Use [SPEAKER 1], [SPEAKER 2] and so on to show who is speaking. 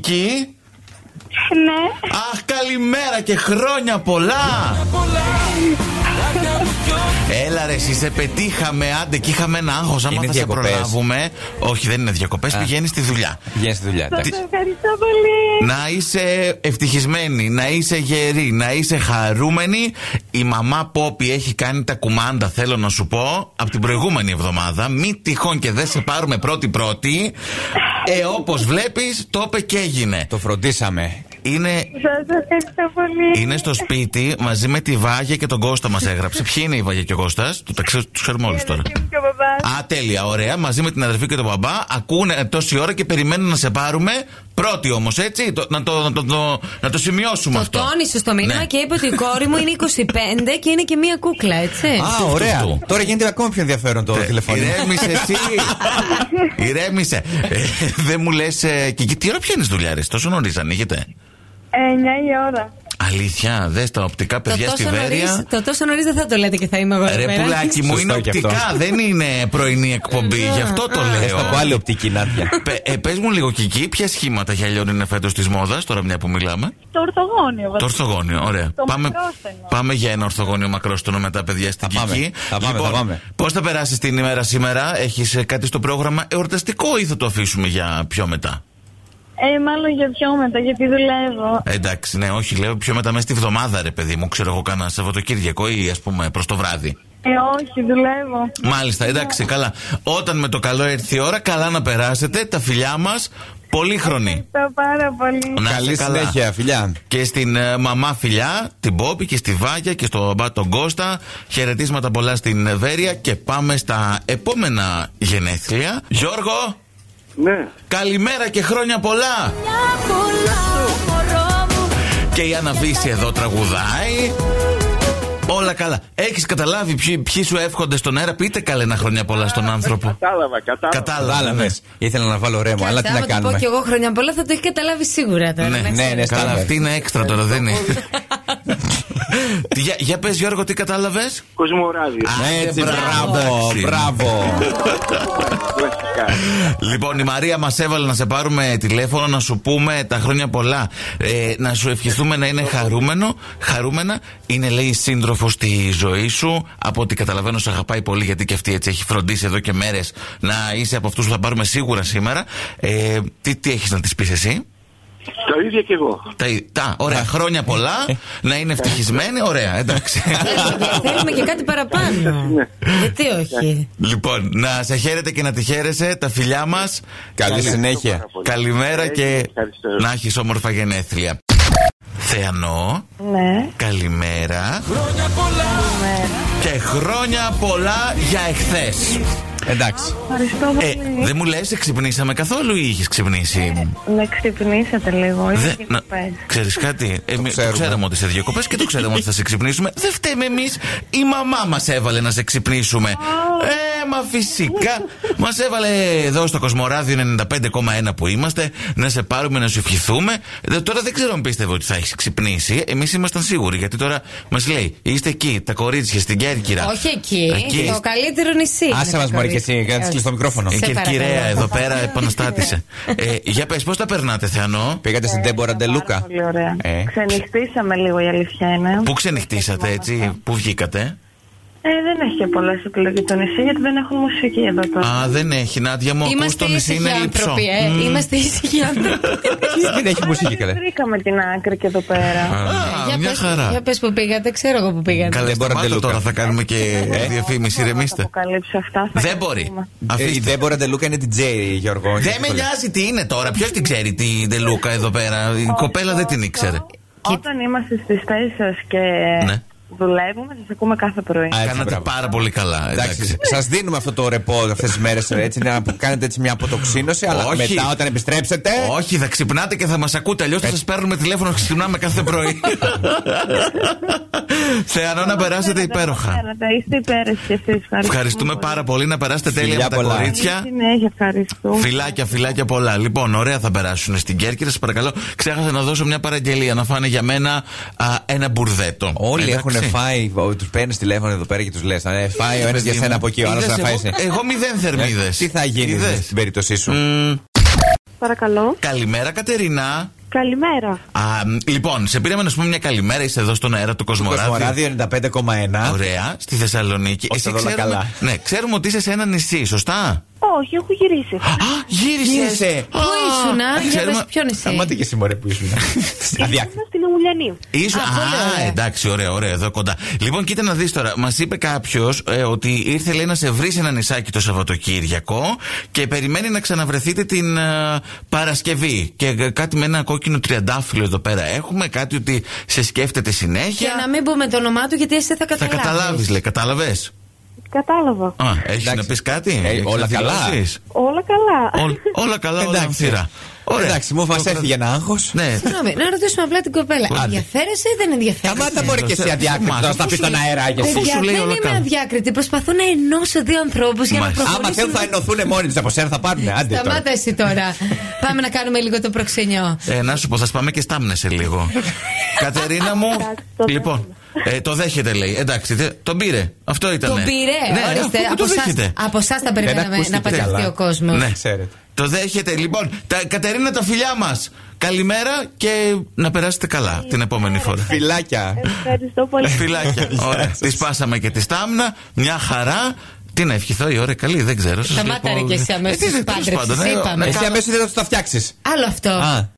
[SPEAKER 1] Κική.
[SPEAKER 2] Ναι.
[SPEAKER 1] Αχ, καλημέρα και χρόνια πολλά. Έλα ρε, εσύ σε πετύχαμε, άντε και είχαμε ένα άγχος άμα
[SPEAKER 3] Είναι
[SPEAKER 1] θα σε
[SPEAKER 3] διακοπές.
[SPEAKER 1] προλάβουμε. Όχι, δεν είναι διακοπές,
[SPEAKER 3] Α.
[SPEAKER 1] πηγαίνεις στη δουλειά.
[SPEAKER 3] Βγαίνει στη δουλειά,
[SPEAKER 2] Σας
[SPEAKER 3] εντάξει.
[SPEAKER 2] ευχαριστώ πολύ.
[SPEAKER 1] Να είσαι ευτυχισμένη, να είσαι γερή, να είσαι χαρούμενη. Η μαμά Πόπη έχει κάνει τα κουμάντα, θέλω να σου πω, από την προηγούμενη εβδομάδα. Μη τυχόν και δεν σε πάρουμε πρώτη-πρώτη. Ε, όπως βλέπεις, το είπε και έγινε.
[SPEAKER 3] Το φροντίσαμε.
[SPEAKER 1] Είναι,
[SPEAKER 2] Σας ευχαριστώ πολύ.
[SPEAKER 1] είναι στο σπίτι μαζί με τη Βάγια και τον Κώστα μας έγραψε. Ποιοι είναι η Βάγια και ο Κώστας, τους ξέρουμε όλους
[SPEAKER 2] Η
[SPEAKER 1] τώρα.
[SPEAKER 2] αδερφή μου και ο μπαμπάς.
[SPEAKER 1] Α, τέλεια, ωραία. Μαζί με την αδερφή και τον μπαμπά ακούνε τόση ώρα και περιμένουν να σε πάρουμε. Πρώτη όμως, έτσι. Το- να, το, να, το, το- να το σημειώσουμε
[SPEAKER 4] Το
[SPEAKER 1] αυτό. Ναι.
[SPEAKER 4] τόνισε στο μήνα και είπε ότι η κόρη μου είναι 25 και είναι και μία κούκλα, έτσι.
[SPEAKER 3] Α,
[SPEAKER 1] αυτό,
[SPEAKER 3] ωραία.
[SPEAKER 1] Ε, αυτό.
[SPEAKER 3] Τώρα γίνεται ακόμα πιο ενδιαφέρον το τηλεφωνείο.
[SPEAKER 1] Ε, Ηρέμησε εσύ. Ηρέμησε. Ε, Δεν μου λες. Και και τι ώρα πιάνεις δουλειά, ρε. Τόσο νωρίς ανοίγεται.
[SPEAKER 2] Ε, 9 η ώρα.
[SPEAKER 1] Αλήθεια, δες τα οπτικά
[SPEAKER 4] Το
[SPEAKER 1] παιδιά στη
[SPEAKER 4] τόσο νωρίς-
[SPEAKER 1] Βέρεια.
[SPEAKER 4] Το τόσο νωρίς δεν θα το λέτε και θα είμαι εγώ εδώ
[SPEAKER 1] Ρε
[SPEAKER 4] πέρα.
[SPEAKER 1] πουλάκι μου,
[SPEAKER 3] Σωστό
[SPEAKER 1] είναι
[SPEAKER 3] και αυτό.
[SPEAKER 1] οπτικά, δεν είναι πρωινή εκπομπή. Γι' αυτό
[SPEAKER 4] Ε,
[SPEAKER 1] το
[SPEAKER 3] Θες
[SPEAKER 1] λέω.
[SPEAKER 3] να πω άλλη Ε, οπτική, Νάντια.
[SPEAKER 1] Πε- ε, πες μου λίγο, Κική, ποια σχήματα γυαλιών είναι φέτος της μόδας, τώρα μια που μιλάμε.
[SPEAKER 2] Το ορθογώνιο
[SPEAKER 1] Το
[SPEAKER 2] βασικά.
[SPEAKER 1] ορθογώνιο, ωραία.
[SPEAKER 2] Το
[SPEAKER 1] πάμε,
[SPEAKER 2] μακρόστενο.
[SPEAKER 1] πάμε για ένα ορθογώνιο μακρόστονο μετά, παιδιά, στην
[SPEAKER 3] Θα πάμε,
[SPEAKER 1] Κική.
[SPEAKER 3] θα πάμε, θα πάμε.
[SPEAKER 1] Πώς θα περάσεις την ημέρα σήμερα, έχεις κάτι στο πρόγραμμα εορταστικό ή θα το αφήσουμε για πιο μετά.
[SPEAKER 2] Ε, μάλλον για πιο μετά, γιατί δουλεύω.
[SPEAKER 1] Εντάξει, ναι, όχι, λέω πιο μετά μέσα στη βδομάδα, ρε παιδί μου. Ξέρω εγώ κάνα Σαββατοκύριακο ή ας πούμε προς το βράδυ.
[SPEAKER 2] Ε, όχι, δουλεύω.
[SPEAKER 1] Μάλιστα,
[SPEAKER 2] Ναι.
[SPEAKER 1] εντάξει, καλά. Όταν με το καλό έρθει η ώρα, καλά να περάσετε. Τα φιλιά μας, πολύχρονη.
[SPEAKER 2] Ευχαριστώ πάρα πολύ.
[SPEAKER 1] Να είστε
[SPEAKER 3] Καλή
[SPEAKER 1] καλά.
[SPEAKER 3] συνέχεια, φιλιά.
[SPEAKER 1] Και στην ε, μαμά φιλιά, την Πόπη και στη Βάγια και στον μπα τον Κώστα. Χαιρετίσματα πολλά στην ε, Βέρεια και πάμε στα επόμενα γενέθλια. Γιώργο,
[SPEAKER 5] Ναι.
[SPEAKER 1] καλημέρα και χρόνια πολλά! Και η Αναβίση εδώ τραγουδάει. Όλα καλά. Έχεις καταλάβει ποιοι, ποιοι σου εύχονται στον αέρα. Πείτε καλένα χρόνια πολλά στον άνθρωπο.
[SPEAKER 5] Κατάλαβα, κατάλαβα.
[SPEAKER 1] Κατάλαβα. ναι.
[SPEAKER 3] Κατάλαβες. Ήθελα να βάλω ρέμο, αλλά τι
[SPEAKER 4] Άμα
[SPEAKER 3] να
[SPEAKER 4] το πω
[SPEAKER 3] κάνουμε.
[SPEAKER 4] κι εγώ χρόνια πολλά θα το έχεις καταλάβει σίγουρα τώρα.
[SPEAKER 1] Ναι,
[SPEAKER 4] να
[SPEAKER 1] ναι,
[SPEAKER 3] ναι,
[SPEAKER 4] ξέρεις.
[SPEAKER 1] Καλά,
[SPEAKER 3] Κατάλαβα.
[SPEAKER 1] αυτή είναι έξτρα τώρα, δεν είναι. Τι, για, για πες Γιώργο, τι κατάλαβες
[SPEAKER 5] Κοσμοράδιος.
[SPEAKER 3] Ναι, Έτσι,
[SPEAKER 1] Άντε,
[SPEAKER 3] μπράβο,
[SPEAKER 1] ναι, εντάξει.
[SPEAKER 3] μπράβο.
[SPEAKER 5] Βασικά.
[SPEAKER 1] Λοιπόν, η Μαρία μας έβαλε να σε πάρουμε τηλέφωνο, να σου πούμε τα χρόνια πολλά. Ε, να σου ευχηθούμε να είναι χαρούμενο, χαρούμενα. Είναι, λέει, σύντροφος στη ζωή σου. Από ό,τι καταλαβαίνω, σε αγαπάει πολύ, γιατί και αυτή έτσι έχει φροντίσει εδώ και μέρες να είσαι από αυτούς που θα πάρουμε σίγουρα σήμερα. Ε, τι, τι έχεις να της πεις εσύ.
[SPEAKER 5] Το ίδιο και εγώ.
[SPEAKER 1] Τα, ι- τα, ωραία, χρόνια πολλά. να είναι ευτυχισμένη. Ωραία, εντάξει.
[SPEAKER 4] Θέλουμε και κάτι παραπάνω. Γιατί όχι.
[SPEAKER 1] λοιπόν, να σε χαίρετε και να τη χαίρεσαι. Τα φιλιά μας.
[SPEAKER 3] Καλή συνέχεια.
[SPEAKER 5] πάρα πολύ.
[SPEAKER 1] Καλημέρα
[SPEAKER 5] Ε,
[SPEAKER 1] και
[SPEAKER 5] ευχαριστώ.
[SPEAKER 1] να έχεις όμορφα γενέθλια. Θεανό,
[SPEAKER 2] Ναι.
[SPEAKER 1] καλημέρα. Και χρόνια πολλά για εχθές.
[SPEAKER 3] Εντάξει.
[SPEAKER 2] Ευχαριστώ
[SPEAKER 1] Ε,
[SPEAKER 2] πολύ.
[SPEAKER 1] δεν μου λες, ξυπνήσαμε καθόλου ή είχες ξυπνήσει.
[SPEAKER 2] Με ξυπνήσατε λίγο. Είμαι
[SPEAKER 1] Δε,
[SPEAKER 2] και
[SPEAKER 1] να,
[SPEAKER 2] κοπές.
[SPEAKER 1] ξέρεις κάτι, εμείς το,
[SPEAKER 3] ξέρουμε.
[SPEAKER 1] ξέραμε ότι σε διακοπές και το ξέραμε ότι θα σε ξυπνήσουμε. Δεν φταίμε εμείς, η μαμά μας έβαλε να σε ξυπνήσουμε. ε, μα φυσικά. μας έβαλε εδώ στο Κοσμοράδιο 95,1 που είμαστε, να σε πάρουμε, να σου ευχηθούμε. Δε- τώρα δεν ξέρω αν πίστευε ότι θα έχεις ξυπνήσει. Εμείς ήμασταν σίγουροι, γιατί τώρα μας λέει, είστε εκεί, τα κορίτσια στην Κέρκυρα.
[SPEAKER 4] Όχι εκεί.
[SPEAKER 1] Ναι. Εκεί.
[SPEAKER 4] Το καλύτερο νησί.
[SPEAKER 3] Άσε
[SPEAKER 4] είναι
[SPEAKER 3] μα,
[SPEAKER 4] το
[SPEAKER 3] Μωρή, και
[SPEAKER 4] κορίτσι.
[SPEAKER 3] εσύ, κάνε της κλείσει το μικρόφωνο.
[SPEAKER 1] Ε,
[SPEAKER 4] σε
[SPEAKER 1] Και η
[SPEAKER 4] παρακαλώ.
[SPEAKER 1] Κυραία εδώ πέρα επαναστάτησε. ε, για πες, πώς τα περνάτε, Θεανό.
[SPEAKER 3] Πήγατε στην Τέμπορα
[SPEAKER 2] Πάρα
[SPEAKER 3] Ντελούκα.
[SPEAKER 2] Πολύ ωραία.
[SPEAKER 3] Ε.
[SPEAKER 2] Ξενυχτήσαμε λίγο η αλήθεια είναι.
[SPEAKER 1] Πού ξενυχτήσατε, έτσι, πού βγήκατε.
[SPEAKER 2] Ε, δεν έχει και πολλές επιλογές το νησί γιατί δεν έχουν μουσική εδώ τώρα.
[SPEAKER 1] Α, δεν έχει, Νάντια μου, ακούς
[SPEAKER 4] Είμαστε
[SPEAKER 1] το νησί
[SPEAKER 4] ήσυχοι
[SPEAKER 1] είναι λυψό.
[SPEAKER 4] άνθρωποι, ε.
[SPEAKER 1] Μμμ.
[SPEAKER 4] Είμαστε ήσυχοι άνθρωποι.
[SPEAKER 3] Δεν έχει μουσική, καλέ.
[SPEAKER 2] Ε,
[SPEAKER 3] Ε,
[SPEAKER 2] Βρήκαμε την άκρη και εδώ πέρα.
[SPEAKER 1] Ναι. Α,
[SPEAKER 4] Για
[SPEAKER 1] μια
[SPEAKER 4] πες-
[SPEAKER 1] χαρά.
[SPEAKER 4] Για πες που πήγατε, ξέρω εγώ που πήγατε.
[SPEAKER 1] Καλά,
[SPEAKER 3] Δεν μπορώ να
[SPEAKER 1] σταμάτα
[SPEAKER 3] τελούκα.
[SPEAKER 1] τώρα, θα κάνουμε και διαφήμιση,
[SPEAKER 2] Θα
[SPEAKER 1] ηρεμήστε.
[SPEAKER 2] αποκαλύψω αυτά. θα
[SPEAKER 1] Δεν μπορεί.
[SPEAKER 3] Ε, Η
[SPEAKER 1] Αφήστε.
[SPEAKER 3] Ντέμπορα Ντελούκα είναι την Τζέι, Γιώργο.
[SPEAKER 1] Δεν με νοιάζει τι είναι τώρα, ποιος την ξέρει την Ντελούκα εδώ πέρα. Η κοπέλα δεν την ήξερε.
[SPEAKER 2] Όταν είμαστε στις θέσεις σας και
[SPEAKER 1] Ναι.
[SPEAKER 2] δουλεύουμε, σας ακούμε κάθε πρωί.
[SPEAKER 3] Α, έτσι,
[SPEAKER 1] Κάνατε
[SPEAKER 3] μπράβο.
[SPEAKER 1] πάρα πολύ καλά.
[SPEAKER 3] Εντάξει,
[SPEAKER 1] Εντάξει.
[SPEAKER 3] σας δίνουμε αυτό το ρεπό αυτές τις μέρες έτσι να κάνετε έτσι μια αποτοξίνωση, αλλά
[SPEAKER 1] Όχι.
[SPEAKER 3] μετά όταν επιστρέψετε.
[SPEAKER 1] Όχι, θα ξυπνάτε και θα μας ακούτε. Αλλιώς
[SPEAKER 3] Ε.
[SPEAKER 1] θα σας παίρνουμε τηλέφωνο και ξυπνάμε κάθε πρωί. Θεανό να περάσετε υπέροχα.
[SPEAKER 2] Ξέρετε, Είστε υπέροχοι εσείς.
[SPEAKER 1] Ευχαριστούμε πάρα πολύ να περάσετε τέλεια
[SPEAKER 3] Φιλιά
[SPEAKER 1] με τα
[SPEAKER 3] πολλά.
[SPEAKER 1] κορίτσια.
[SPEAKER 2] Συνέχεια, ευχαριστούμε.
[SPEAKER 1] Φιλάκια, φιλάκια πολλά. Λοιπόν, ωραία θα περάσουν στην Κέρκυρα. Σας παρακαλώ, ξέχασα να δώσω μια παραγγελία να φάνε για μένα α, ένα μπουρδέτο.
[SPEAKER 3] Όλοι
[SPEAKER 1] Εντάξει.
[SPEAKER 3] έχουν φάει, τους παίρνεις τηλέφωνο εδώ πέρα και τους λες. Φάει ο ένας
[SPEAKER 1] Παιδί
[SPEAKER 3] για σένα
[SPEAKER 1] μου,
[SPEAKER 3] από εκεί, ο άλλος
[SPEAKER 1] είδες, Ε,
[SPEAKER 3] να φάει.
[SPEAKER 1] εγώ- Εγώ μηδέν θερμίδες.
[SPEAKER 3] Τι θα γίνει στην περίπτωσή σου.
[SPEAKER 2] Παρακαλώ.
[SPEAKER 1] Καλημέρα, Κατερινά.
[SPEAKER 2] Καλημέρα.
[SPEAKER 1] Α, μ, λοιπόν, σε πήραμε να σου πούμε μια καλημέρα. Είσαι εδώ στον αέρα του Κοσμοράδιο.
[SPEAKER 3] Κοσμοράδιο 95,1.
[SPEAKER 1] Ωραία, στη Θεσσαλονίκη.
[SPEAKER 3] Όχι, τα δόλα καλά.
[SPEAKER 1] Ναι, ξέρουμε ότι είσαι σε ένα νησί, σωστά.
[SPEAKER 2] Όχι, έχω γυρίσει.
[SPEAKER 1] Α, γύρισες.
[SPEAKER 3] Γύρισε.
[SPEAKER 4] Πού ήσουνα, για πες ποιο νησί.
[SPEAKER 3] Σταμάτη και εσύ μωρέ που ήσουν. Αδιάκριτη.
[SPEAKER 2] Είμαι στην Ομουλιανή.
[SPEAKER 1] Ήσου...
[SPEAKER 4] Α, πολύ
[SPEAKER 1] Α,
[SPEAKER 3] ε.
[SPEAKER 4] ωραία.
[SPEAKER 1] εντάξει, ωραία, ωραία, εδώ κοντά. Λοιπόν, κοίτα να δεις τώρα. Μας είπε κάποιος ότι ήρθε λέει, να σε βρει σε ένα νησάκι το Σαββατοκύριακο και περιμένει να ξαναβρεθείτε την ε, Παρασκευή. Και ε, κάτι με ένα κόκκινο τριαντάφυλλο εδώ πέρα έχουμε, κάτι ότι σε σκέφτεται συνέχεια.
[SPEAKER 4] Και να μην πούμε το όνομά του γιατί εσύ θα
[SPEAKER 1] Θα
[SPEAKER 4] καταλάβεις.
[SPEAKER 1] καταλάβεις, λέει, κατάλαβες.
[SPEAKER 2] Κατάλαβα.
[SPEAKER 1] Α, έχεις
[SPEAKER 3] Εντάξει.
[SPEAKER 1] να πεις κάτι.
[SPEAKER 3] Ε,
[SPEAKER 1] έχεις να
[SPEAKER 3] όλα καλά.
[SPEAKER 1] δηλώσεις?
[SPEAKER 2] Όλα καλά.
[SPEAKER 1] Ό- όλα καλά, όλα
[SPEAKER 3] Εντάξει.
[SPEAKER 1] αμφίρα. Ωραία.
[SPEAKER 3] Εντάξει, μου μα
[SPEAKER 1] Το-
[SPEAKER 3] έφυγε ένα άγχος.
[SPEAKER 1] Ναι,
[SPEAKER 4] Συγγνώμη, να ρωτήσουμε απλά την κοπέλα.
[SPEAKER 3] Άντε.
[SPEAKER 4] Ενδιαφέρεσαι ή δεν ενδιαφέρεσαι.
[SPEAKER 3] Σταμάτα μωρέ και εσύ
[SPEAKER 1] Μα,
[SPEAKER 3] αδιάκριτη. Τώρα
[SPEAKER 1] αφού
[SPEAKER 3] θα πει
[SPEAKER 1] σου
[SPEAKER 3] τον
[SPEAKER 1] λέει-
[SPEAKER 3] αέρα και εσύ.
[SPEAKER 1] Αφού
[SPEAKER 4] Παιδιά,
[SPEAKER 1] σου λέει
[SPEAKER 4] δεν
[SPEAKER 1] όλα
[SPEAKER 4] είμαι
[SPEAKER 1] καλά.
[SPEAKER 4] αδιάκριτη. Προσπαθώ να ενώσω δύο ανθρώπους για να
[SPEAKER 1] Μάλιστα.
[SPEAKER 4] προχωρήσω.
[SPEAKER 3] Άμα θέλουν θα ενωθούν μόνοι τους, θα αποσέρουν, θα πάρουν. Άντε τώρα.
[SPEAKER 4] Σταμάτα εσύ τώρα. Πάμε να κάνουμε λίγο το προξενιό.
[SPEAKER 1] Ε, να σου πω, θα σπάμε και στάμνες σε λίγο. Κατερίνα μου.
[SPEAKER 2] Εντάξει, το
[SPEAKER 1] λοιπόν, ε, το δέχεται λέει. Εντάξει, τε- τον πήρε. Αυτό ήταν.
[SPEAKER 4] Τον πήρε,
[SPEAKER 1] ναι,
[SPEAKER 4] ορίστε.
[SPEAKER 1] αφού
[SPEAKER 4] Από
[SPEAKER 1] Το
[SPEAKER 4] εσάς-
[SPEAKER 1] δέχεται.
[SPEAKER 4] Από εσά τα περιμέναμε
[SPEAKER 3] ακούστηκε
[SPEAKER 4] να παντρευτεί
[SPEAKER 3] καλά.
[SPEAKER 4] ο κόσμος.
[SPEAKER 1] Ναι.
[SPEAKER 3] Ξέρετε.
[SPEAKER 1] Το δέχεται. Λοιπόν, τα, Κατερίνα, τα φιλιά μας. Καλημέρα και να περάσετε καλά την επόμενη φορά.
[SPEAKER 3] Φιλάκια.
[SPEAKER 2] Ευχαριστώ πολύ.
[SPEAKER 1] Φιλάκια. Ωραία. Τη σπάσαμε και τη στάμνα. Μια χαρά. Τι να ευχηθώ, η ώρα καλή, δεν ξέρω. σας
[SPEAKER 4] Σταμάτα,
[SPEAKER 1] βλέπω-
[SPEAKER 4] ρε, και εσύ αμέσως
[SPEAKER 1] Ε, τι-
[SPEAKER 4] της
[SPEAKER 1] τέλος
[SPEAKER 4] πάντρεψης,
[SPEAKER 1] πάντων, ε,
[SPEAKER 4] είπαμε.
[SPEAKER 1] να
[SPEAKER 3] Εσύ
[SPEAKER 1] κάνω-
[SPEAKER 3] αμέσως δεν θα του τα φτιάξεις.
[SPEAKER 4] Άλλο αυτό.
[SPEAKER 3] Α.